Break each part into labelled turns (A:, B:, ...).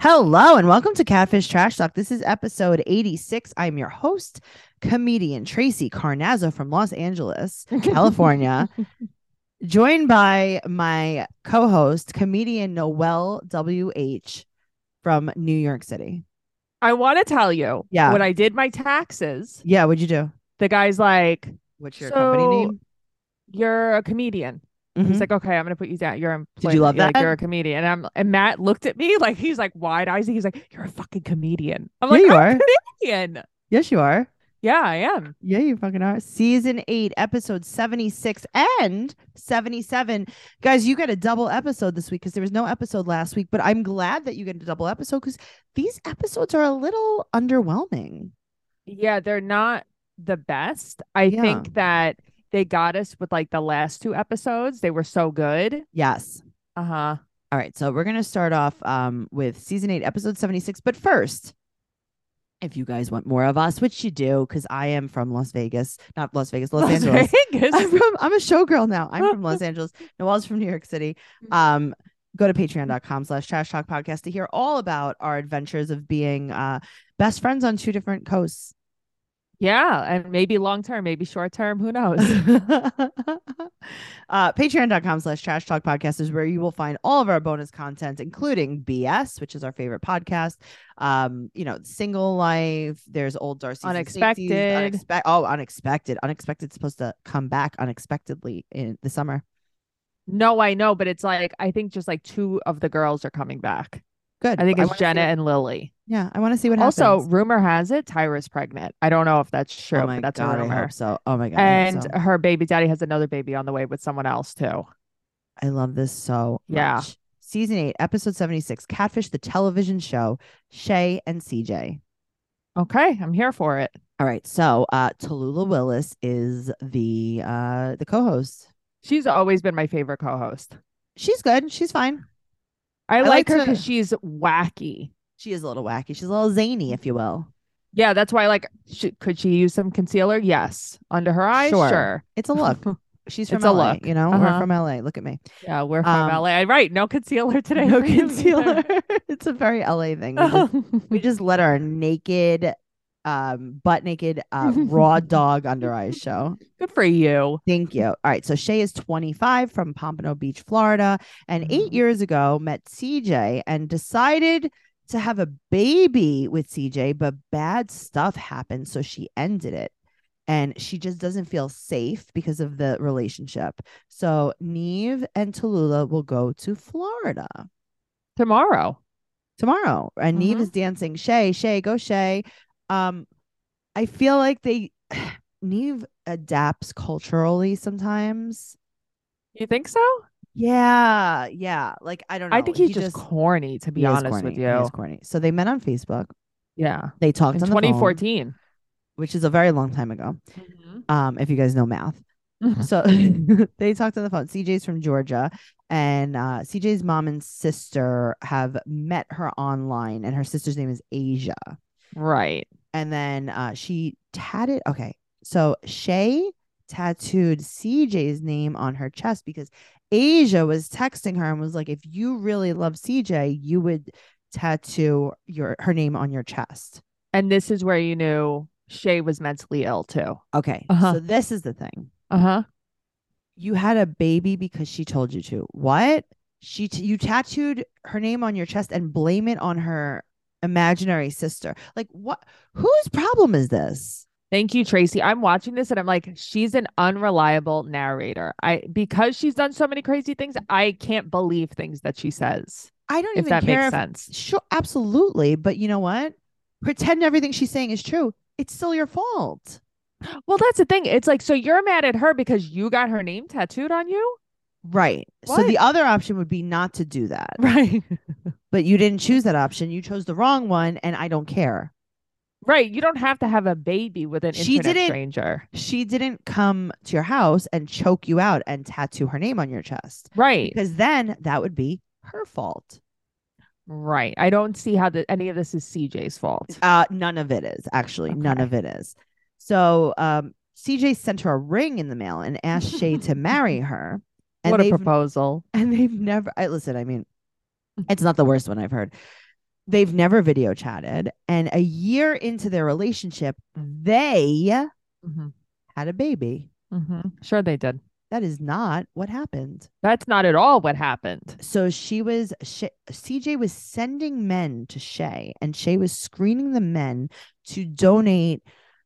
A: Hello and welcome to Catfish Trash Talk. This is episode 86. I'm your host, comedian Tracy Carnazzo from Los Angeles, California, joined by my co host, comedian Noel W.H. from New York City.
B: I want to tell you,
A: Yeah.
B: when I did my taxes,
A: Yeah, what'd you do?
B: the guy's like,
A: What's
B: your company name? "You're a comedian."
A: Mhm.
B: He's like, "Okay, I'm gonna put you down. You're employed.
A: you love
B: like,
A: that?
B: You're a comedian." And I'm and Matt looked at me like he's like wide eyes. He's like, "You're a fucking comedian." I'm
A: Yeah,
B: like,
A: you
B: "I'm
A: are.
B: comedian."
A: Yes, you are.
B: Yeah, I am.
A: Yeah, you fucking are. Season eight, episode 76 and 77. Guys, you got a double episode this week because there was no episode last week, but I'm glad that you get a double episode because these episodes are a little underwhelming.
B: Yeah, they're not the best. I
A: Yeah.
B: think that they got us with like the last two episodes. They were so good.
A: Yes.
B: Uh huh.
A: All right. So we're going to start off um, with season eight, episode 76. But first, if you guys want more of us, which you do, because I am from Las Vegas, not Las Vegas, Los, Angeles. I'm from I'm a showgirl now. I'm from Los Angeles. Noelle's from New York City. Um go to patreon.com slash trash talk podcast to hear all about our adventures of being uh best friends on two different coasts.
B: Yeah, and maybe long term, maybe short term. Who knows?
A: uh patreon.com slash trash talk podcast is where you will find all of our bonus content, including BS, which is our favorite podcast. Um, you know, single life, there's old Darcy
B: Unexpected.
A: Unexpe- oh, unexpected. Unexpected supposed to come back unexpectedly in the summer.
B: No, I know, but it's like I think just like two of the girls are coming back.
A: Good.
B: I think it's
A: wanna see
B: Jenna
A: what-
B: and Lily.
A: yeah, I want to see what happens.
B: Also, rumor has it Tyra's pregnant. I don't know if that's true,
A: oh my
B: but that's
A: god,
B: a
A: I
B: rumor.
A: hope so. Oh my god, I hope
B: And
A: so.
B: her baby daddy has another baby on the way with someone else too.
A: I love this so
B: Yeah.
A: much. Season eight, episode seventy six, Catfish, the television show, Shay and CJ.
B: Okay, I'm here for it.
A: All right, so uh, Tallulah Willis is the uh, the co-host.
B: She's always been my favorite co-host.
A: She's good. She's fine.
B: I,
A: like
B: like her
A: to-
B: because she's wacky.
A: She is a little wacky. She's a little zany, if you will.
B: Yeah, that's why. Like, sh- could she use some concealer? Yes, under her eyes.
A: Sure.
B: Sure.
A: It's a look. She's from
B: It's a
A: LA,
B: look.
A: you know. We're
B: Uh-huh.
A: from LA. Look at me.
B: Yeah, we're
A: Um,
B: from LA. Right? No concealer today.
A: No
B: for you either.
A: concealer. it's a very LA thing. We just we just let our naked um butt naked uh raw dog under eyes show
B: Good for you.
A: thank you all right so shay is 25 from pompano beach florida and eight
B: Mhm.
A: years ago met cj and decided to have a baby with cj but bad stuff happened so she ended it and she just doesn't feel safe because of the relationship so neve and tallulah will go to florida
B: tomorrow.
A: tomorrow. And Neve
B: Mhm.
A: is dancing. Shay, Shay, go Shay. Um, I feel like they Neve adapts culturally sometimes.
B: You think so?
A: Yeah, yeah. Like I don't know.
B: I think he's just, corny, to be
A: he is
B: honest
A: corny.
B: with
A: He is
B: you.
A: corny. So they met on Facebook.
B: Yeah.
A: They talked
B: In
A: on the phone,
B: 2014.
A: which is a very long time ago.
B: Mm-hmm.
A: Um, if you guys know math. So they talked on the phone. CJ's from Georgia, and uh, CJ's mom and sister have met her online, and her sister's name is Asia.
B: Right.
A: and then uh, she tatted. Okay, so Shay tattooed CJ's name on her chest because Asia was texting her and was like, "If you really love CJ, you would tattoo your her name on your chest."
B: And this is where you knew Shay was mentally ill too.
A: Okay,
B: Uh-huh.
A: so this is the thing:
B: Uh huh.
A: you had a baby because she told you to. What? She t- you tattooed her name on your chest and blame it on her imaginary sister. Like what? Whose problem is this?
B: Thank you, Tracy. I'm watching this and I'm like, she's an unreliable narrator. I because she's done so many crazy things, I can't believe things that she says.
A: I don't
B: If
A: even
B: that
A: care
B: makes
A: if
B: sense.
A: Sure, absolutely. But you know what? Pretend everything she's saying is true. It's still your fault.
B: Well, that's the thing. It's like, so you're mad at her because you got her name tattooed on you?
A: Right. So
B: What?
A: the other option would be not to do that.
B: Right.
A: But you didn't choose that option. You chose the wrong one, and I don't care.
B: Right. You don't have to have a baby with an
A: She
B: internet
A: didn't-
B: stranger.
A: She didn't come to your house and choke you out and tattoo her name on your chest
B: Right.
A: because then that would be her fault.
B: Right. I don't see how the, any of this is CJ's fault.
A: Uh, none of it is actually none
B: Okay.
A: of it is. So um, CJ sent her a ring in the mail and asked Shay to marry her. And
B: what a
A: they've
B: proposal.
A: and they've never I listen, I mean, it's not the worst one I've heard. They've never video chatted. And a year into their relationship, they
B: Mm-hmm.
A: had a baby.
B: Mm-hmm. Sure, they did.
A: That is not what happened.
B: That's not at all what happened.
A: So she was, Shay, CJ was sending men to Shay, and Shay was screening the men to donate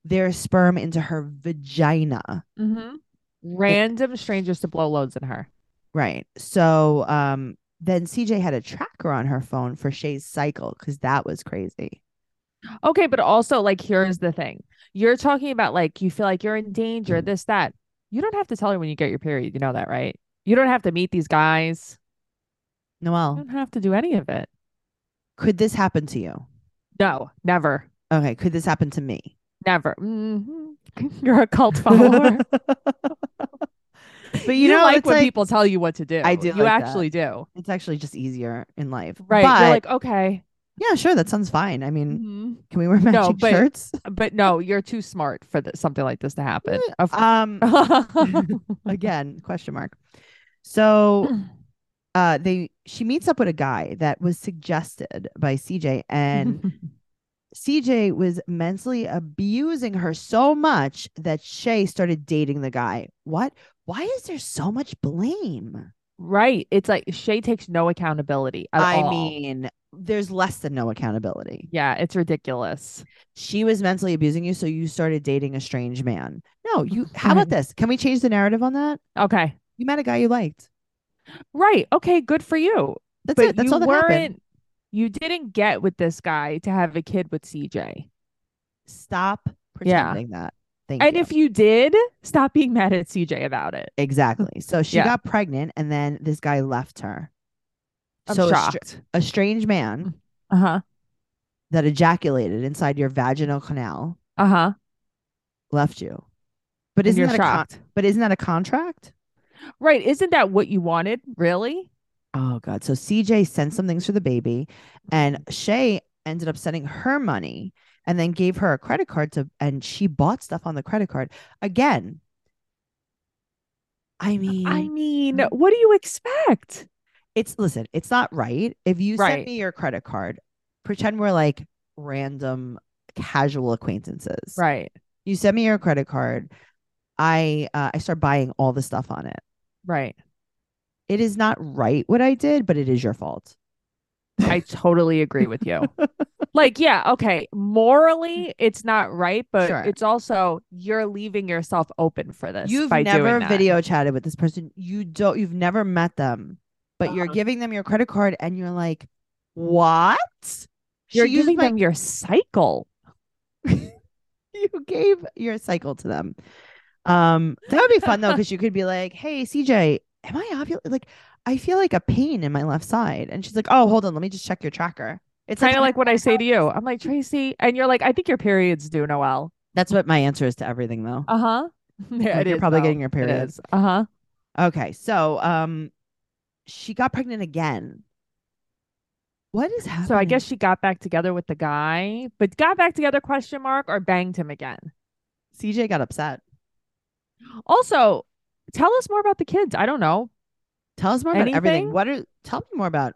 A: their sperm into her vagina.
B: Mm-hmm. Random strangers to blow loads in her.
A: Right. So um, then CJ had a tracker on her phone for Shay's cycle because that was crazy.
B: Okay, but also like here's the thing. You're talking about like you feel like you're in danger, this, that. You don't have to tell her when you get your period. You know that, right? You don't have to meet these guys. You
A: Noelle,
B: don't have to do any of it.
A: could this happen to you?
B: No, never.
A: Okay. Could this happen to me?
B: Never. hmm You're a cult follower.
A: But you, know,
B: like
A: it's
B: when
A: like,
B: people tell you what to do.
A: I do
B: You
A: like that.
B: actually do.
A: it's actually just easier in life.
B: Right.
A: But Mm-hmm.
B: You're like, okay.
A: yeah, sure. That sounds fine. I mean,
B: mhm.
A: can we wear matching
B: but-
A: shirts?
B: But no, you're too smart for th- something like this to happen. Of
A: Um,
B: Oh.
A: again, question mark. So uh, they she meets up with a guy that was suggested by CJ, and CJ was mentally abusing her so much that Shay started dating the guy. What? Why is there so much blame?
B: right. It's like Shay takes no accountability at
A: I
B: all.
A: mean, there's less than no accountability.
B: yeah, it's ridiculous.
A: She was mentally abusing you, so you started dating a strange man. No, you. How about
B: Right.
A: this? Can we change the narrative on that?
B: Okay.
A: You met a guy you liked.
B: Right. Okay. Good for you.
A: That's
B: but
A: it. That's
B: you
A: all that
B: weren't.
A: happened.
B: You didn't get with this guy to have a kid with CJ.
A: Stop
B: Yeah.
A: pretending that. Thank
B: And
A: you.
B: if you did, stop being mad at CJ about it.
A: exactly, so she
B: Yeah.
A: got pregnant, and then this guy left her.
B: I'm
A: so a str-
B: shocked.
A: a strange man
B: Uh
A: Uh-huh.
B: huh.
A: that ejaculated inside your vaginal canal
B: Uh huh.
A: left you. But
B: And
A: isn't
B: you're
A: that a con-
B: shocked.
A: but isn't that a contract?
B: Right. Isn't that what you wanted? Really?
A: Oh god. So CJ sent some things for the baby and Shay ended up sending her money and then gave her a credit card to and she bought stuff on the credit card. Again. I mean,
B: I mean, what do you expect?
A: it's listen, it's not right. If you send
B: Right.
A: me your credit card, pretend we're like random casual acquaintances.
B: Right.
A: You send me your credit card. I uh, I start buying all the stuff on it.
B: Right.
A: It is not right what I did, but it is your fault.
B: I totally agree with you. like, yeah, okay. Morally, it's not right, but
A: Sure.
B: it's also you're leaving yourself open for this.
A: You've
B: by
A: never
B: doing that.
A: video chatted with this person. You don't. You've never met them, but you're
B: Uh-huh.
A: giving them your credit card, and you're like, "What? She
B: You're
A: used
B: giving
A: my-
B: them your cycle.
A: you gave your cycle to them." Um, that would be fun though, because you could be like, "Hey, CJ, am I ovulating? Like, I feel like a pain in my left side," and she's like, "Oh, hold on, let me just check your tracker." It's
B: Kind of
A: "I'm
B: like what I say to you. I'm like, Tracy, and you're like, I think your periods do, Noel.
A: That's what my answer is to everything, though.
B: Uh huh. Yeah,
A: Like,
B: it
A: you're
B: is,
A: Uh-huh. probably
B: though.
A: getting your
B: It
A: period.
B: is. Uh huh.
A: Okay, so um, she got pregnant again. What is happening?
B: So I guess she got back together with the guy, but got back together question mark or banged him again.
A: CJ got upset.
B: Also, tell us more about the kids. I don't know.
A: Tell us more about everything.
B: Anything?
A: What are? Tell me more about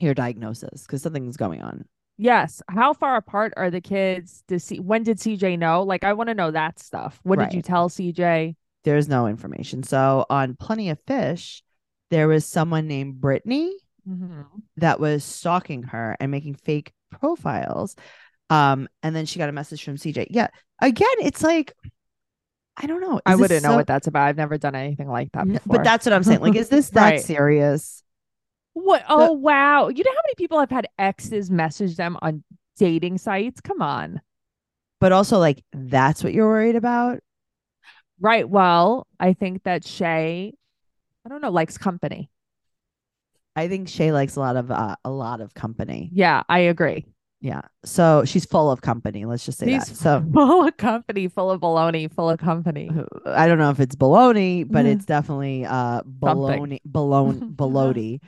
A: your diagnosis because something's going on.
B: Yes. How far apart are the kids? Does C- when did CJ know? Like, I want to know that stuff. What did you
A: Right.
B: tell CJ?
A: There's no information. So on Plenty of Fish, there was someone named Brittany
B: Mm-hmm.
A: that was stalking her and making fake profiles. Um, and then she got a message from CJ. Yeah, again, it's like I don't know.
B: I
A: Is this
B: wouldn't know
A: so-
B: what that's about. I've never done anything like that
A: N-
B: before.
A: But that's what I'm saying. Like, is this that
B: Right.
A: serious?
B: what? Oh wow! You know how many people have had exes message them on dating sites? Come on.
A: But also, like, that's what you're worried about.
B: Right. Well, I think that Shay, I don't know, likes company.
A: I think Shay likes a lot of uh, a lot of company.
B: Yeah, I agree.
A: Yeah, so she's full of company. Let's just say that.
B: She's
A: So
B: full of company, full of baloney, full of company.
A: I don't know if it's baloney, but
B: Yeah.
A: it's definitely uh baloney, baloney, baloney.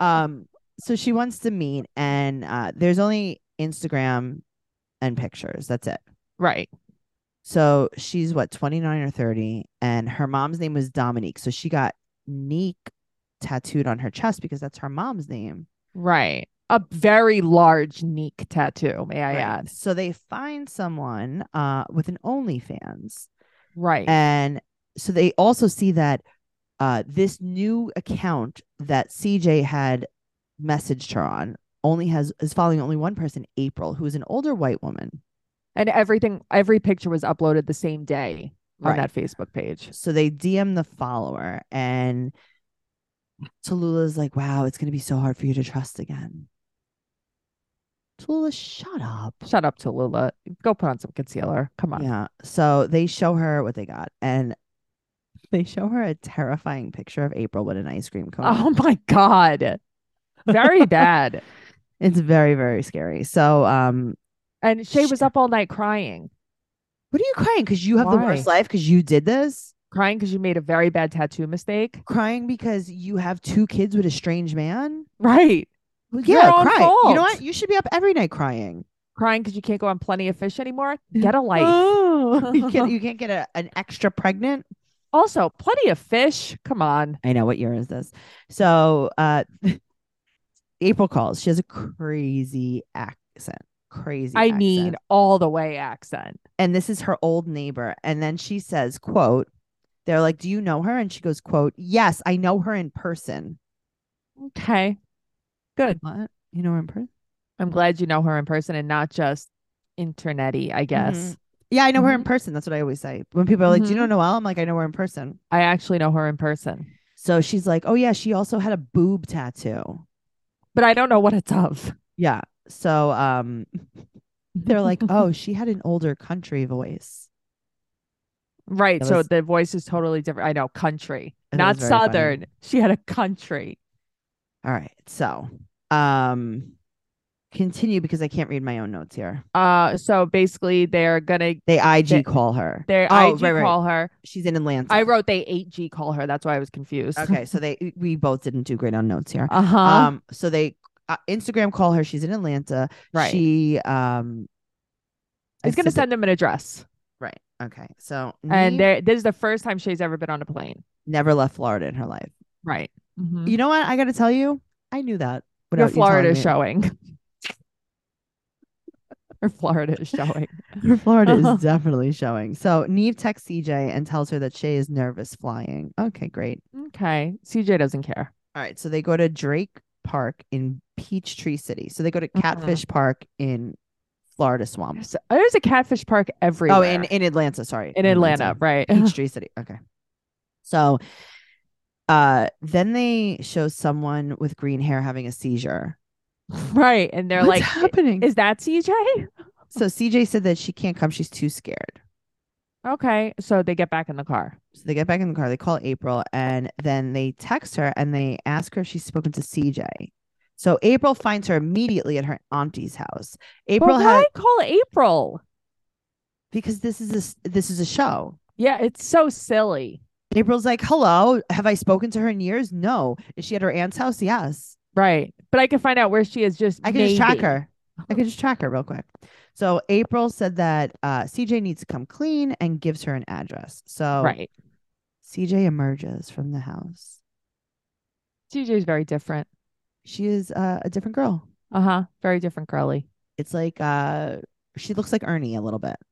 A: Um, so she wants to meet, and uh, there's only Instagram and pictures. That's it.
B: right.
A: So she's what 29 or 30 and her mom's name was Dominique. So she got Neek tattooed on her chest because that's her mom's name.
B: Right. a very large neck tattoo, may I
A: Right.
B: add.
A: So they find someone uh, with an OnlyFans,
B: Right.
A: and so they also see that uh, this new account that CJ had messaged her on only has is following only one person, April, who is an older white woman.
B: and everything every picture was uploaded the same day
A: Right.
B: on that Facebook page.
A: So they DM the follower, and Tallulah's like, "Wow, it's gonna be so hard for you to trust again." Tallulah, shut up.
B: Shut up, Tallulah. Go put on some concealer. Come on.
A: Yeah. So they show her what they got and they show her a terrifying picture of April with an ice cream cone.
B: Oh my god. Very bad.
A: It's very, very scary. So um
B: And Shay
A: Sh-
B: was up all night crying.
A: what are you crying? Because you have the worst life because you did this?
B: Crying because you made a very bad tattoo mistake.
A: Crying because you have two kids with a strange man?
B: Right.
A: Well,
B: Your
A: yeah,
B: own
A: cry. You know
B: fault.
A: what? You should be up every night crying.
B: Crying because you can't go on plenty of fish anymore. Get a life.
A: Oh. you can't you can't get a, an extra pregnant.
B: also, plenty of fish. Come on.
A: I know what year is this. So uh April calls. She has a crazy accent. Crazy.
B: I
A: accent.
B: mean all the way accent.
A: and this is her old neighbor and then she says quote they're like do you know her and she goes quote yes i know her in person
B: Okay. Good.
A: what you know her in person
B: I'm glad you know her in person and not just internety, I guess.
A: Mhm. yeah i know her in person that's what i always say when people are like do you know
B: Mhm.
A: noelle i'm like i know her in person
B: I actually know her in person.
A: so she's like oh yeah she also had a boob tattoo
B: but I don't know what it's of.
A: yeah so um they're like oh she had an older country voice
B: right.
A: That
B: so
A: was-
B: the voice is totally different. I know country,
A: That
B: not
A: was very funny.
B: southern. She had a country.
A: all right so um continue because i can't read my own notes here
B: Uh, so basically, they're gonna
A: they ig
B: They-
A: call her
B: they
A: oh,
B: IG
A: right, right.
B: call her.
A: she's in atlanta
B: I wrote they eight G call her. That's why I was confused.
A: Okay, so they we both didn't do great on notes here.
B: Uh huh.
A: Um, so they uh, Instagram call her. She's in Atlanta.
B: right.
A: She um, I
B: He's gonna
A: said
B: send them an address,
A: the- right. Okay, so
B: and
A: Neve
B: they're- this is the first time she's ever been on a plane.
A: never left Florida in her life.
B: Right. Mhm.
A: You know what? I got to tell you, I knew that.
B: Your
A: without Mm-hmm. you telling
B: Florida is
A: me.
B: showing. Your Florida is showing.
A: Her Florida is definitely showing. So Neve texts CJ and tells her that Shay is nervous flying. Okay, great.
B: okay. CJ doesn't care.
A: All right, so they go to Drake Park in Peachtree City. So they go to
B: Mhm.
A: Catfish Park in Florida Swamp.
B: There's, there's a catfish park everywhere.
A: Oh, in, in Atlanta, sorry.
B: in Atlanta, right?
A: Peachtree City. Okay. So uh then they show someone with green hair having a seizure.
B: right. And they're
A: What's
B: like, "I-
A: happening?
B: is that CJ?
A: so CJ said that she can't come, she's too scared.
B: Okay. So they get back in the car.
A: So they get back in the car, they call April, and then they text her and they ask her if she's spoken to CJ. So April finds her immediately at her auntie's house. April
B: but why
A: had
B: call April?
A: because this is a, s- this is a show.
B: Yeah, it's so silly.
A: April's like, "Hello, have I spoken to her in years? No. Is she at her aunt's house? Yes."
B: Right. But I can find out where she is just
A: I can just track
B: maybe.
A: her. I can just track her real quick. So April said that uh, CJ needs to come clean and gives her an address. So
B: Right.
A: CJ emerges from the house.
B: CJ is very different.
A: She is uh, a different girl.
B: Uh-huh. Very different girly.
A: It's like uh, she looks like Ernie a little bit.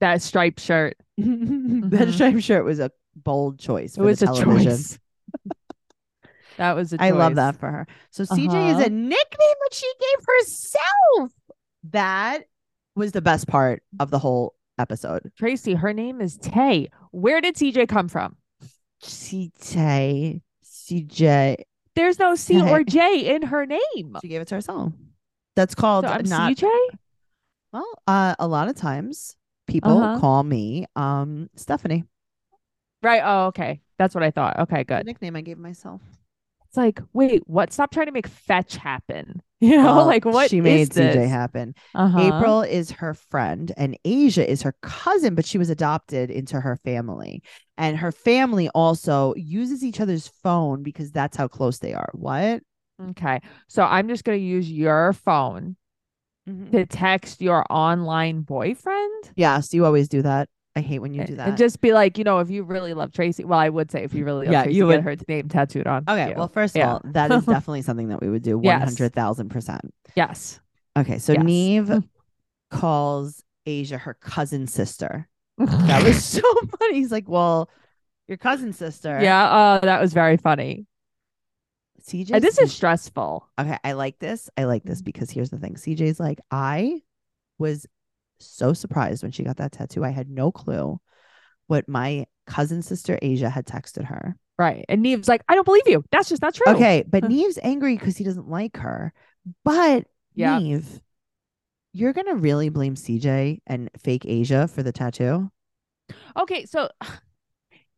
B: That striped shirt.
A: That
B: Mhm.
A: striped shirt was a bold choice.
B: It
A: for the
B: was a
A: television.
B: choice. that was a choice.
A: I love that for her. So CJ is
B: Uh-huh.
A: a nickname that she gave herself. That was the best part of the whole episode.
B: Tracy, her name is Tay. Where did CJ come from?
A: CJ, CJ,
B: There's no C
A: Tay.
B: or J in her name.
A: She gave it to herself. That's called
B: So I'm
A: not
B: CJ?
A: well. Uh, a lot of times people
B: Uh-huh.
A: call me um Stephanie.
B: Right. Oh, okay. That's what I thought. Okay,
A: The
B: good.
A: nickname I gave myself.
B: It's like, wait, what? Stop trying to make fetch happen. You know,
A: Well,
B: like what
A: Oh, she made
B: is this?
A: CJ happen.
B: Uh-huh.
A: April is her friend, and Asia is her cousin, but she was adopted into her family, and her family also uses each other's phone because that's how close they are. What?
B: Okay. So I'm just gonna use your Mm-hmm. phone to text your online boyfriend.
A: Yes, you always do that. I hate when you
B: and,
A: do
B: and
A: that.
B: just be like, you know, if you really love Tracy, well, I would say if you really love
A: Yeah,
B: Tracy,
A: you would-
B: get her name tattooed on.
A: okay.
B: you.
A: Well, first
B: Yeah.
A: of all, that is definitely something that we would do. One
B: Yes.
A: hundred thousand percent.
B: yes.
A: Okay. So
B: Yes. Hmm.
A: Neve calls Asia her cousin sister. That was so funny. He's like, "Well, your cousin sister."
B: yeah. Uh, that was very funny.
A: CJ.
B: Uh, this is stressful.
A: okay. I like this. I like this because here's the thing. CJ's like, I was so surprised when she got that tattoo. I had no clue what my cousin sister Asia had texted her.
B: Right. And Neve's like, I don't believe you. That's just not true.
A: Okay, but Neve's angry because he doesn't like her. But
B: Yeah.
A: Neve, you're gonna really blame CJ and fake Asia for the tattoo?
B: Okay. So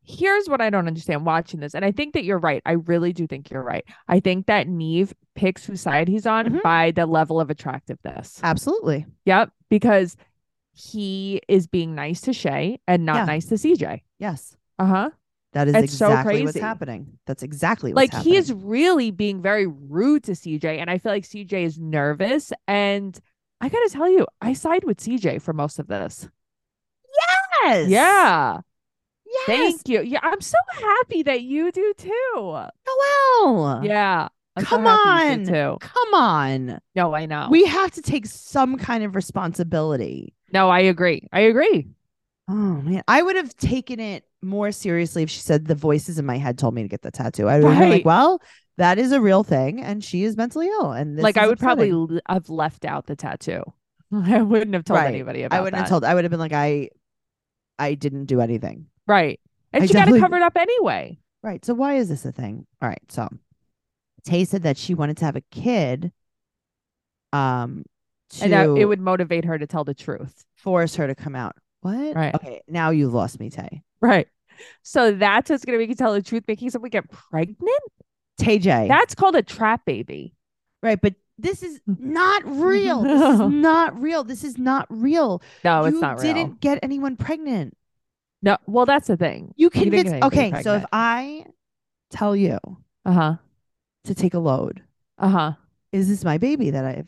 B: here's what I don't understand watching this. And I think that you're right. I really do think you're right. I think that Neve picks whose side he's on
A: Mhm.
B: by the level of attractiveness.
A: Uh, Absolutely.
B: Yep. Because he is being nice to Shay and not
A: Yeah.
B: nice to CJ.
A: Yes.
B: Uh huh.
A: That is
B: It's so
A: exactly what's
B: crazy.
A: happening. That's exactly what's
B: Like
A: happening.
B: he is really being very rude to CJ. And I feel like CJ is nervous. And I got to tell you, I side with CJ for most of this.
A: yes.
B: Yeah.
A: Yes.
B: Thank you. Yeah. I'm so happy that you do too.
A: Noelle.
B: Yeah. I'm so
A: Come
B: happy you do, too.
A: Come on.
B: No, I know.
A: We have to take some kind of responsibility.
B: no, I agree. I agree.
A: Oh man, I would have taken it more seriously if she said the voices in my head told me to get the tattoo. I would have been like,
B: Right.
A: well, that is a real thing, and she is mentally ill, and this
B: like I
A: is
B: would probably
A: upsetting."
B: l- have left out the tattoo. I wouldn't have told
A: Right.
B: anybody about
A: I wouldn't have
B: that.
A: told. I would have been like, I, I didn't do anything.
B: Right. And
A: I
B: she got
A: definitely-
B: it covered up anyway.
A: Right. So why is this a thing? All right. So Tay said that she wanted to have a kid, um, to
B: And that it would motivate her to tell the truth.
A: force her to come out. What?
B: Right.
A: Okay. Now you lost me, Tay.
B: Right. So that's what's going to make you tell the truth, making someone get pregnant.
A: Tay J.
B: That's called a trap baby.
A: right. But this is not real. This is not real. This is not real.
B: No,
A: you
B: Oh, it's not real.
A: didn't get anyone pregnant.
B: No, well, that's the thing.
A: You
B: didn't get
A: convinced.
B: anybody
A: okay, so if
B: pregnant.
A: I tell you
B: Uh huh.
A: to take a load,
B: Uh huh.
A: is this my baby that I've formed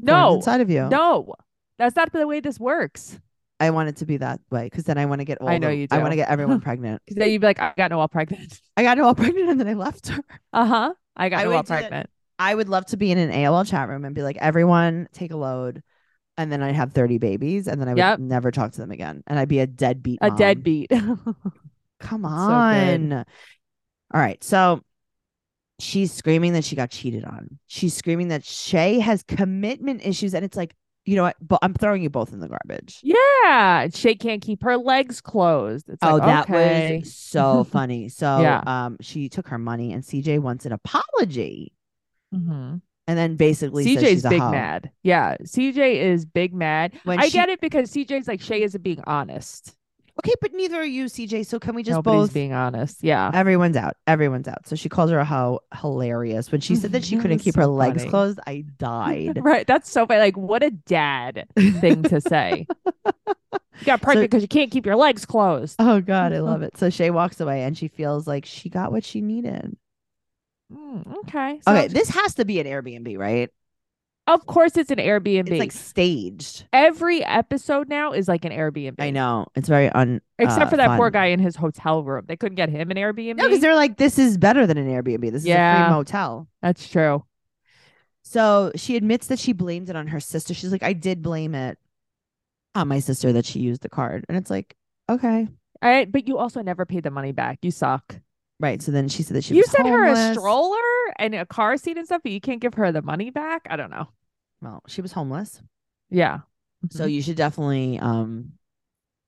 B: No,
A: inside of you?
B: no, that's not the way this works.
A: I want it to be that way because then I want to get all.
B: I know
A: the-
B: you
A: I want to
B: do.
A: get everyone pregnant.
B: Because then you'd be like, I got Noel pregnant.
A: I got all pregnant and then I left her.
B: Uh huh. I
A: I
B: got
A: would
B: Noel
A: do that.
B: pregnant.
A: I would love to be in an AOL chat room and be like, everyone take a load, and then I'd have thirty babies, and then I would
B: Yep.
A: never talk to them again, and I'd be a deadbeat.
B: A
A: mom.
B: deadbeat.
A: Come
B: It's so
A: on.
B: good.
A: All right. So she's screaming that she got cheated on. She's screaming that Shay has commitment issues. And it's like, you know what? But I'm throwing you both in the garbage.
B: yeah. and Shay can't keep her legs closed. It's
A: oh,
B: like,
A: that
B: okay.
A: was so funny. So
B: Yeah.
A: um she took her money and CJ wants an apology.
B: Mhm.
A: And then basically says
B: CJ's
A: Mm-hmm. she's a
B: big
A: hoe.
B: mad. Yeah. CJ is big mad.
A: When
B: I
A: she-
B: get it because CJ's like Shay isn't being honest.
A: Okay, but neither are you, CJ. So can we just
B: Nobody's
A: both
B: being honest. Yeah.
A: Everyone's out. Everyone's out. So she calls her a hoe. Hilarious. When she said that she
B: That
A: couldn't
B: was
A: keep her
B: so
A: legs
B: funny.
A: closed, I died.
B: Right. That's so funny. Like, what a dad thing to say. you got pregnant because you can't keep your legs closed.
A: Oh God, I love it. So Shay walks away and she feels like she got what she needed.
B: Mm, okay.
A: Okay,
B: sounds-
A: this has to be an Airbnb, right?
B: Of course, it's an Airbnb.
A: It's like staged.
B: Every episode now is like an Airbnb.
A: I know it's very un.
B: Except
A: uh,
B: for that poor
A: fun.
B: guy in his hotel room. They couldn't get him an Airbnb.
A: No, because they're like, this is better than an Airbnb. This is a
B: Yeah.
A: free motel.
B: That's true.
A: So she admits that she blamed it on her sister. She's like, I did blame it on my sister that she used the card, and it's like, okay,
B: All right, but you also never paid the money back. You suck.
A: right. So then she said that she
B: you
A: was
B: sent her a
A: homeless.
B: stroller and a car seat and stuff, but you can't give her the money back. I don't know.
A: Well, she was homeless,
B: Yeah.
A: so
B: Mm-hmm.
A: you should definitely, um,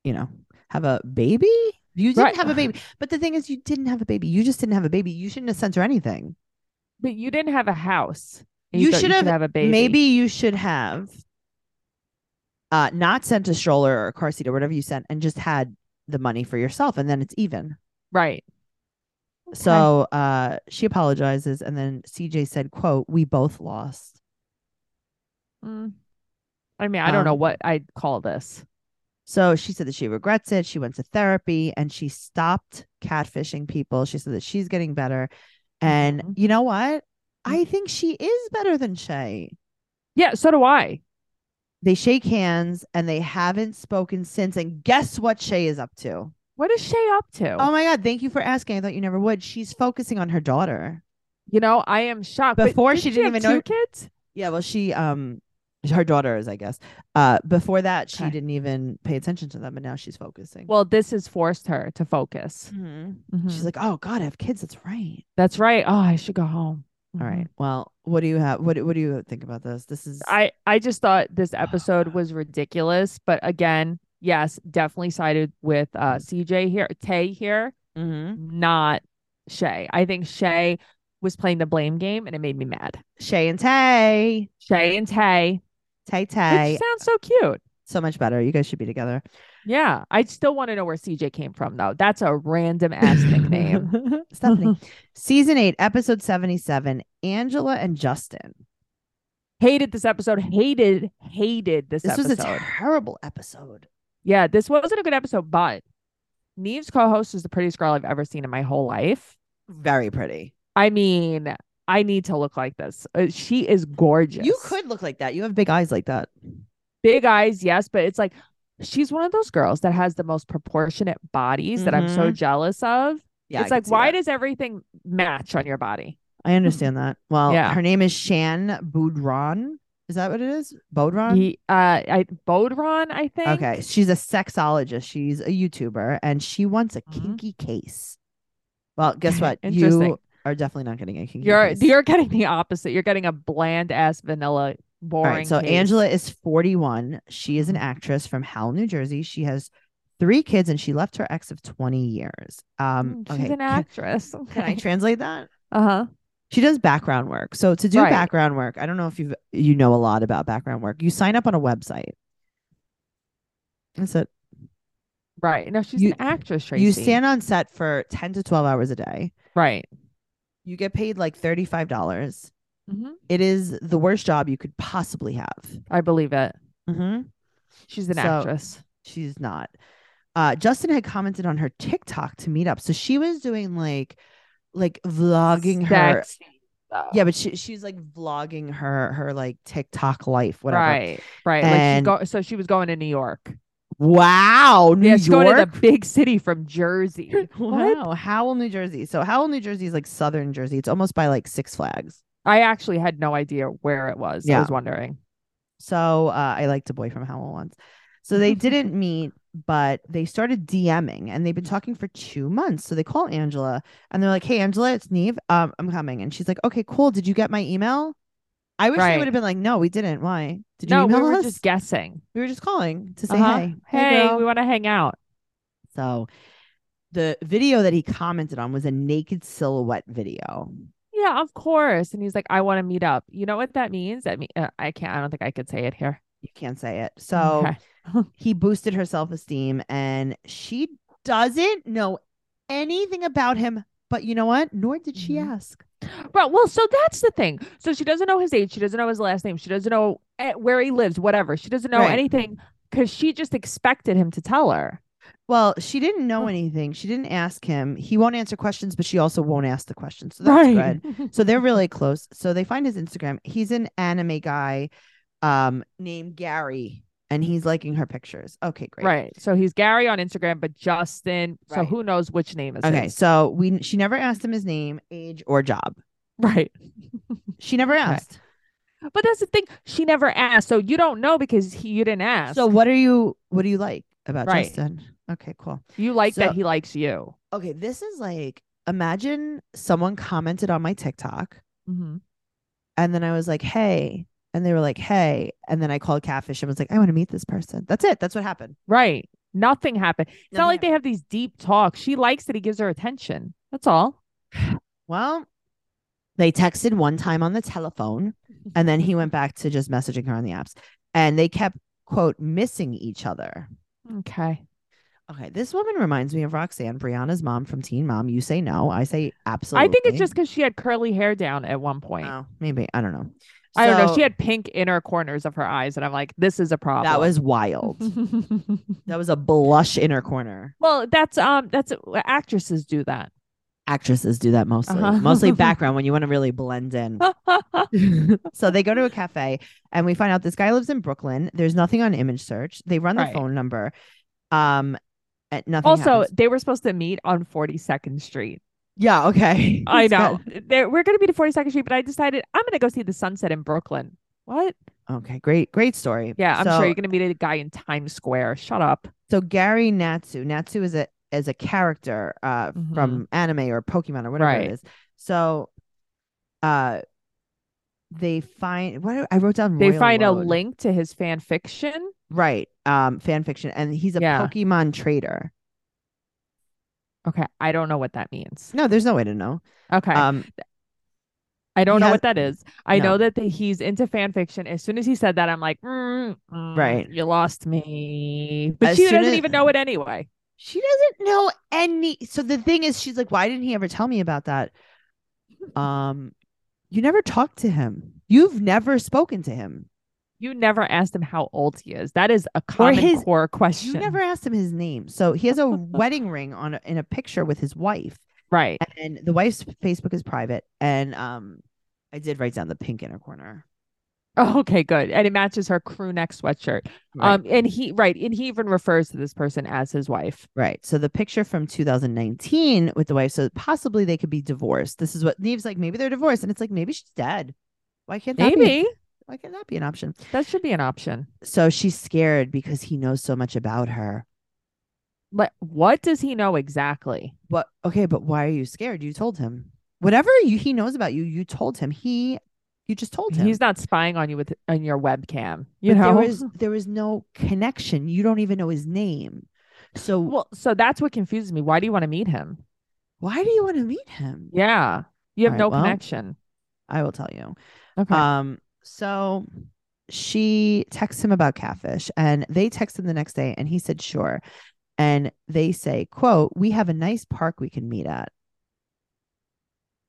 A: you know, have a baby. You didn't
B: Right.
A: have a baby, but the thing is, you didn't have a baby. You just didn't have a baby. You shouldn't have sent her anything.
B: But you didn't have a house. and
A: You
B: thought
A: should have-
B: have a baby.
A: Maybe you should have uh not sent a stroller or a car seat or whatever you sent and just had the money for yourself and then it's even.
B: Right.
A: So uh she apologizes and then CJ said, quote, we both lost.
B: Mm. I mean, I don't know
A: Um,
B: what I'd call this.
A: So she said that she regrets it. She went to therapy and she stopped catfishing people. She said that she's getting better. And
B: Mhm.
A: you know
B: Mm-hmm.
A: what? I think she is better than Shay.
B: Yeah, so do I.
A: They shake hands and they haven't spoken since. And guess what Shay is up to?
B: What is Shay up to?
A: Oh my God. Thank you for asking. I thought you never would. She's focusing on her daughter.
B: you know, I am shocked. But
A: Before
B: didn't
A: she didn't
B: have
A: even know-
B: two kids.
A: Yeah, well, she um her daughter is, I guess. Uh before that, she
B: Okay.
A: didn't even pay attention to them, and now she's focusing. Mm-hmm.
B: Well, mm-hmm. this has forced her to focus.
A: she's like, Oh God, I have kids, that's right.
B: That's right. Oh, I should go home.
A: All
B: Mhm.
A: right. Well, what do you have what do- what do you think about this? This is
B: I I just thought this episode was ridiculous, but again, yes, definitely sided with uh
A: Mm-hmm.
B: CJ here, Tay here, Mm-hmm.
A: Mhm.
B: not Shay. I think Shay was playing the blame game and it made me mad.
A: Shay and Tay.
B: Shay and Tay,
A: Tay
B: which
A: Tay.
B: sounds so cute.
A: So much better. You guys should be together.
B: Yeah, I still want to know where CJ came from though. That's a random ass nickname.
A: Stephanie. Season eight, episode seventy seven, Angela and Justin.
B: hated this episode. Hated, hated this,
A: This was
B: episode.
A: a terrible episode.
B: Yeah, this wasn't a good episode, but Neve's co-host is the prettiest girl I've ever seen in my whole life.
A: Very pretty.
B: I mean, I need to look like this. Uh, she is gorgeous.
A: You could look like that. You have big eyes like that.
B: big eyes, yes, but it's like she's one of those girls that has the most proportionate bodies that I'm so jealous
A: Mm-hmm.
B: of.
A: Yeah.
B: it's like, why does everything match on your body?
A: I understand that. Well,
B: Yeah.
A: her name is Shan Boudron. Is that what it is? Boudron?
B: Ye- uh, I Bodron, I think.
A: Um, Okay. She's a sexologist. She's a YouTuber and she wants a
B: Mhm.
A: kinky case. Well, guess what?
B: Interesting.
A: You are definitely not getting a kinky
B: You're
A: case.
B: you're getting the opposite. You're getting a bland ass vanilla
A: All
B: boring.
A: right. So
B: case.
A: Angela is 41. She is an
B: Mhm.
A: actress from Howell, New Jersey. She has three kids and she left her ex of 20 years. Um,
B: Mm,
A: okay.
B: she's an
A: Can-
B: actress.
A: can I translate that?
B: Uh huh.
A: She does background work. So to do
B: Right.
A: background work, I don't know if you have you know a lot about background work. You sign up on a website. That's it.
B: Right. No, she's
A: You-
B: an actress. Tracy.
A: You stand on set for 10 to 12 hours a day.
B: right.
A: You get paid like $35.
B: hmm
A: It is the worst job you could possibly have.
B: I believe it.
A: Mm-hmm.
B: She's an
A: So-
B: actress.
A: She's not. Uh, Justin had commented on her TikTok to meet up. So she was doing like like vlogging her.
B: Sex scenes, though.
A: Yeah, but she, she's like vlogging her her like TikTok life, whatever.
B: Right. Right.
A: And-
B: like she go- so she was going to New York.
A: Wow, New
B: yeah, she's
A: York.
B: going to the big city from Jersey. What?
A: Wow, Howell, New Jersey. So Howell, New Jersey is like southern Jersey. It's almost by like Six Flags.
B: I actually had no idea where it was. I
A: Yeah.
B: was wondering.
A: So uh, I liked a boy from Howell once. So they didn't meet, but they started DMing and they've been talking for two months. So they call Angela and they're like, "Hey, Angela, it's Neve. Um, I'm coming." And she's like, "Okay, cool. Did you get my email?" I wish they
B: Right.
A: would have been like, "No, we didn't. Why? Did you
B: no, we
A: email
B: were
A: us?
B: just guessing.
A: we were just calling to say
B: Uh-huh.
A: hey,
B: Hey,
A: girl."
B: we want to hang out.
A: So the video that he commented on was a naked silhouette video.
B: Yeah, of course. And he's like, I want to meet up. You know what that means? That mean uh, I can't. I don't think I could say it here.
A: You can't say it. So
B: Okay.
A: he boosted her self esteem, and she doesn't know anything about him. But you know what? Nor did she
B: Mhm.
A: ask.
B: Bro, well, so that's the thing. So she doesn't know his age. She doesn't know his last name. She doesn't know eh, where he lives, whatever. She doesn't know
A: Right.
B: anything because she just expected him to tell her.
A: Well, she didn't know
B: Huh.
A: anything. She didn't ask him. He won't answer questions, but she also won't ask the questions. So that's good. So they're really close. So they find his Instagram. He's an anime guy um, named Gary, and he's liking her pictures. Okay, great.
B: Right. So he's Gary on Instagram, but Justin. So
A: Right.
B: who knows which name is
A: Okay,
B: his.
A: so we she never asked him his name, age, or job.
B: Right.
A: She never asked.
B: But that's the thing. She never asked. So you don't know because he, you didn't ask.
A: So what are you what do you like about
B: Right.
A: Justin? Okay, cool.
B: you like that
A: so-
B: he likes you.
A: Okay, this is like imagine someone commented on my TikTok
B: hmm
A: and then I was like, "Hey." And they were like, "Hey." And then I called Catfish and was like, "I want to meet this person." That's it. That's what happened.
B: Right. Nothing happened. It's not
A: Nothing
B: like they have these deep talks. She likes that he gives her attention. That's all.
A: Well, they texted one time on the telephone and then he went back to just messaging her on the apps and they kept quote missing each other.
B: Okay.
A: Okay, this woman reminds me of Roxanne, Brianna's mom from Teen Mom. You say no, I say absolutely.
B: I think it's just because she had curly hair down at one point.
A: oh, maybe I don't know.
B: I don't know. She
A: So,
B: had pink inner corners of her eyes, and I'm like, this is a problem.
A: that was wild. that was a blush inner corner.
B: well, that's um, that's actresses do that.
A: actresses do that mostly.
B: Uh-huh.
A: Mostly background when you want to really blend in. so they go to a cafe and we find out this guy lives in Brooklyn. There's nothing on image search. They run the
B: Right.
A: phone number. Um and nothing
B: also,
A: happens.
B: they were supposed to meet on 42nd Street.
A: yeah, okay.
B: I
A: It's
B: know.
A: bad.
B: There- We're going to be to 42nd Street, but I decided I'm going to go see the sunset in Brooklyn. What?
A: Okay, great, great story.
B: Yeah, I'm sure
A: So-
B: you're going to meet a guy in Times Square. Shut up.
A: So Gary Natsu, Natsu is a is a character uh from anime or Pokemon or whatever
B: Mm-hmm. Right.
A: it is. So uh they find what I wrote down
B: They
A: Royal
B: find a
A: Road.
B: link to his fan fiction.
A: Right. Um fan fiction and he's a
B: Yeah.
A: Pokemon trader.
B: Okay, I don't know what that means.
A: No, there's no way to know.
B: Okay,
A: Um
B: I don't
A: he
B: know
A: has-
B: what that is. I
A: no.
B: know that the, he's into fan fiction. As soon as he said that, I'm like, mm, mm,
A: Right.
B: you lost me. But
A: As
B: she
A: soon
B: doesn't
A: as-
B: even know it anyway.
A: She doesn't know any. So the thing is, she's like, why didn't he ever tell me about that? Um, you never talked to him. You've never spoken to him.
B: You never asked him how old he is. That is a common
A: his-
B: core question.
A: You never asked him his name. So he has a wedding ring on a, in a picture with his wife,
B: right.
A: and the wife's Facebook is private. And um, I did write down the pink inner corner.
B: Oh, okay, good. And it matches her crew neck sweatshirt.
A: Right.
B: Um, and he right, and he even refers to this person as his wife.
A: Right. So the picture from 2019 with the wife. So possibly they could be divorced. This is what Neve's like. Maybe they're divorced, and it's like maybe she's dead. Why can't that Be,
B: Maybe
A: why can't that be an option?
B: that should be an option.
A: So she's scared because he knows so much about her.
B: Like, what does he know exactly?
A: What? Okay, but why are you scared? You told him whatever you, he knows about you. You told him. He, you just told him.
B: He's not spying on you with on your webcam. You
A: But
B: know.
A: there was there was no connection. You don't even know his name. So
B: Well, so that's what confuses me. Why do you want to meet him?
A: why do you want to meet him?
B: Yeah, you
A: All
B: have
A: right,
B: no
A: well,
B: connection. Uh,
A: I will tell you.
B: Okay.
A: Um. So she texts him about catfish, and they text him the next day, and he said sure. And they say, "quote We have a nice park we can meet at."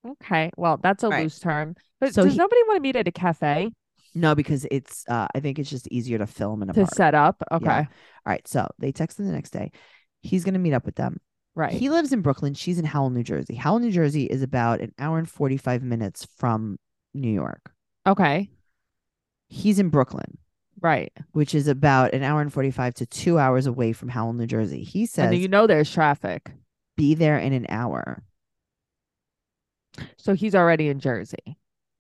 B: okay. Well, that's a
A: right.
B: loose term. But
A: So
B: does
A: he-
B: nobody want to meet at a cafe
A: No, because it's. Uh, I think it's just easier to film in a
B: to
A: park.
B: set up? Okay.
A: Yeah. All right. So they text him the next day. He's going to meet up with them.
B: Right.
A: He lives in Brooklyn. She's in Howell, New Jersey. Howell, New Jersey is about an hour and 45 minutes from New York.
B: okay.
A: He's in Brooklyn,
B: Right.
A: which is about an hour and 45 to two hours away from Howell, New Jersey. He says,
B: And you know there's traffic.
A: be there in an hour.
B: So he's already in Jersey.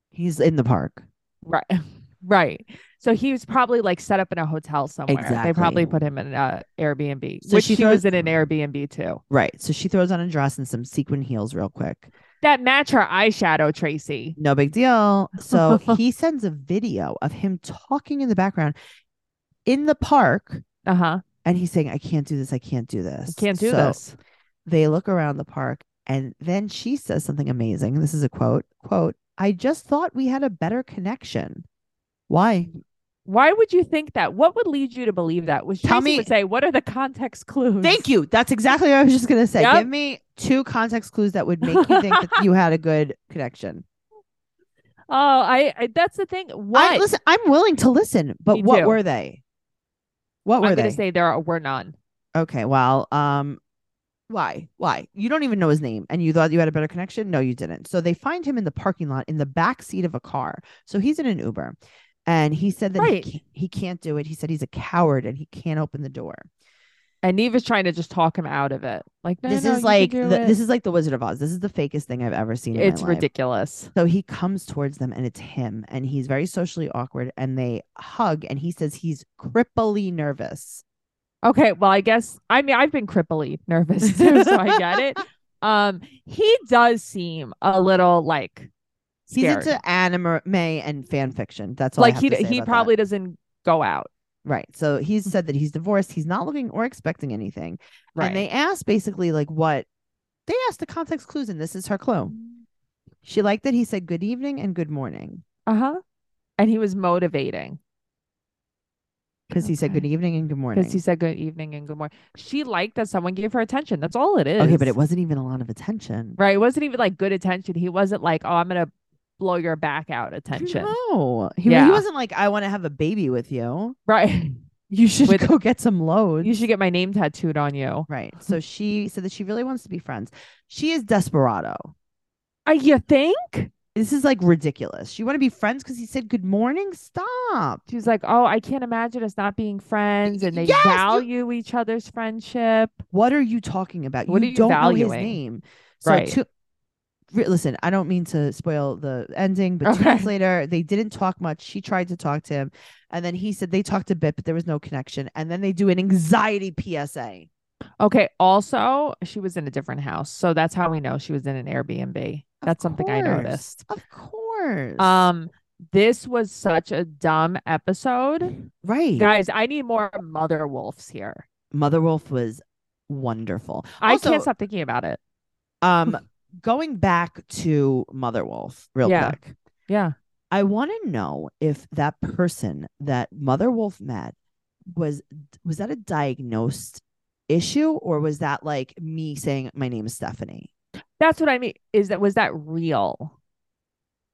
A: He's in the park.
B: Right. Right. So he was probably like set up in a hotel somewhere. They
A: Exactly.
B: probably put him in an Airbnb,
A: So
B: which
A: she
B: he
A: throws-
B: was in an Airbnb too.
A: Right. So she throws on a dress and some sequin heels real quick.
B: That match her eyeshadow, Tracy.
A: No big deal. So he sends a video of him talking in the background in the park.
B: Uh huh.
A: and he's saying, "I can't do this. I can't do this.
B: Can't do
A: So
B: this.
A: They look around the park, and then she says something amazing. This is a quote: "Quote: I just thought we had a better connection. Why?
B: Why would you think that? What would lead you to believe that? Which
A: Tell
B: Tracy
A: me-
B: would say, what are the context clues?
A: Thank you. That's exactly what I was just gonna say.
B: Yep.
A: Give me two context clues that would make you think that you had a good connection.
B: Oh, I, I that's the thing. What
A: I, listen, I'm willing to listen, but
B: Me
A: what
B: too.
A: were they? What were
B: I'm
A: they?
B: gonna say there are were none.
A: okay, well, um, why? Why? You don't even know his name and you thought you had a better connection? No, you didn't. So they find him in the parking lot in the back seat of a car. So he's in an Uber and he said that
B: Right.
A: he, can't, he can't do it. He said he's a coward and he can't open the door.
B: And Neva's trying to just talk him out of it. Like, no,
A: this
B: no,
A: is
B: you can
A: like
B: do
A: the,
B: it.
A: this is like the Wizard of Oz. This is the fakest thing I've ever seen. in my
B: it's
A: life.
B: ridiculous.
A: So he comes towards them and it's him and he's very socially awkward and they hug and he says he's cripply nervous.
B: Okay, well, I guess I mean I've been cripply nervous too, so I get it. Um, he does seem a little like scared.
A: He's into anime and fan fiction. That's all I
B: like
A: have
B: he
A: to say
B: he
A: about that.
B: probably doesn't go out.
A: Right. So he's said that he's divorced. He's not looking or expecting anything.
B: Right.
A: And they asked basically like what they asked the context clues, and this is her clue. She liked that he said good evening and good morning
B: uh huh. And he was motivating
A: because he said
B: Okay.
A: good evening and good morning.
B: because he said good evening and good morning. She liked that someone gave her attention. That's all it is.
A: okay, but it wasn't even a lot of attention.
B: right. It wasn't even like good attention. He wasn't like, oh, I'm gonna blow your back out attention.
A: No, he, he
B: Yeah.
A: wasn't like I want to have a baby with you.
B: Right.
A: You should
B: With-
A: go get some loads.
B: You should get my name tattooed on you.
A: Right. So she said that she really wants to be friends. She is desperado.
B: Uh, you think?
A: This is like ridiculous. You want to be friends because he said good morning? Stop.
B: She's like, oh, I can't imagine us not being friends, and they
A: Yes, you-
B: value each other's friendship.
A: What are you talking about?
B: What
A: you,
B: are you
A: don't know his
B: valuing?
A: name. So
B: Right.
A: two re- listen, I don't mean to spoil the ending, but two
B: Okay.
A: months later, they didn't talk much. She tried to talk to him. And then he said they talked a bit, but there was no connection. And then they do an anxiety PSA.
B: Okay. Also, she was in a different house, so that's how we know she was in an Airbnb.
A: Of
B: That's something I
A: course.
B: noticed.
A: Of course.
B: Um, this was such a dumb episode,
A: right.
B: guys. I need more mother wolves here.
A: Mother Wolf was wonderful.
B: I
A: Also-
B: can't stop thinking about it.
A: Um, going back to Mother Wolf, real
B: Yeah.
A: quick.
B: Yeah.
A: I want to know if that person that Mother Wolf met was was that a diagnosed issue or was that like me saying my name is Stephanie?
B: That's what I mean. Is that was that real?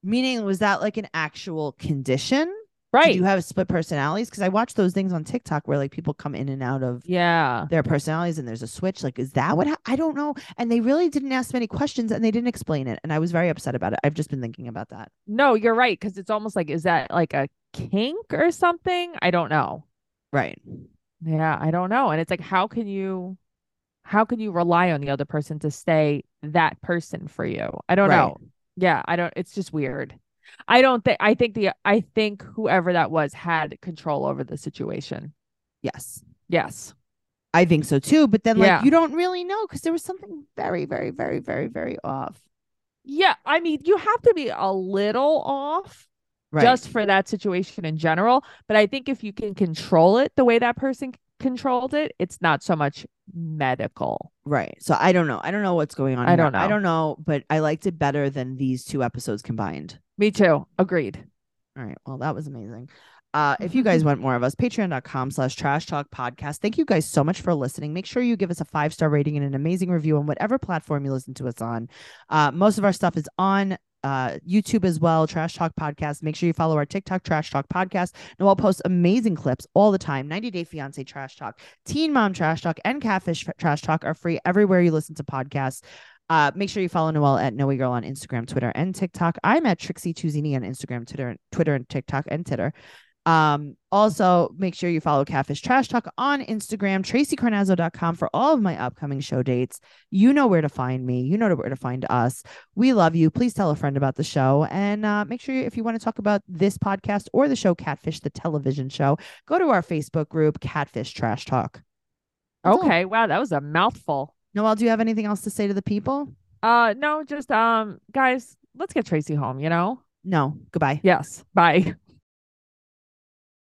A: Meaning, was that like an actual condition?
B: Right.
A: Do you have split personalities? Because I watch those things on TikTok where like people come in and out of
B: yeah.
A: their personalities and there's a switch. Like, is that what hap- I don't know? And they really didn't ask many questions and they didn't explain it. And I was very upset about it. I've just been thinking about that.
B: No, you're right. Cause it's almost like, is that like a kink or something? I don't know.
A: Right.
B: Yeah, I don't know. And it's like, how can you how can you rely on the other person to stay that person for you? I don't
A: Right.
B: know. Yeah, I don't it's just weird. I don't think I think the I think whoever that was had control over the situation.
A: Yes.
B: Yes.
A: I think so too. But then, like,
B: Yeah.
A: you don't really know because there was something very, very, very, very, very off.
B: Yeah, I mean, you have to be a little off
A: Right.
B: just for that situation in general. But I think if you can control it the way that person c- controlled it, it's not so much medical.
A: right. So I don't know. I don't know what's going on.
B: I
A: here.
B: don't
A: I
B: know.
A: don't know, but I liked it better than these two episodes combined.
B: Me too. Agreed.
A: All right. Well, that was amazing. Uh, if you guys want more of us, patreon.com slash trash talk podcast. Thank you guys so much for listening. Make sure you give us a five star rating and an amazing review on whatever platform you listen to us on. Uh, most of our stuff is on uh, YouTube as well, Trash Talk Podcast. Make sure you follow our TikTok, Trash Talk Podcast. Noel posts amazing clips all the time 90 Day Fiance Trash Talk, Teen Mom Trash Talk, and Catfish Trash Talk are free everywhere you listen to podcasts. Uh, make sure you follow Noelle at Noe Girl on Instagram, Twitter, and TikTok. I'm at Trixie Tuzini on Instagram, Twitter, Twitter, and TikTok, and Titter. Um, also, make sure you follow Catfish Trash Talk on Instagram, TracyCarnazzo.com for all of my upcoming show dates. You know where to find me. You know where to find us. We love you. Please tell a friend about the show. And uh, make sure you, if you want to talk about this podcast or the show Catfish, the television show, go to our Facebook group, Catfish Trash Talk. That's all.
B: Okay. Wow, that was a mouthful.
A: Noelle, do you have anything else to say to the people?
B: Uh no, just um guys, let's get Tracy home, you know?
A: No. Goodbye.
B: Yes. Bye.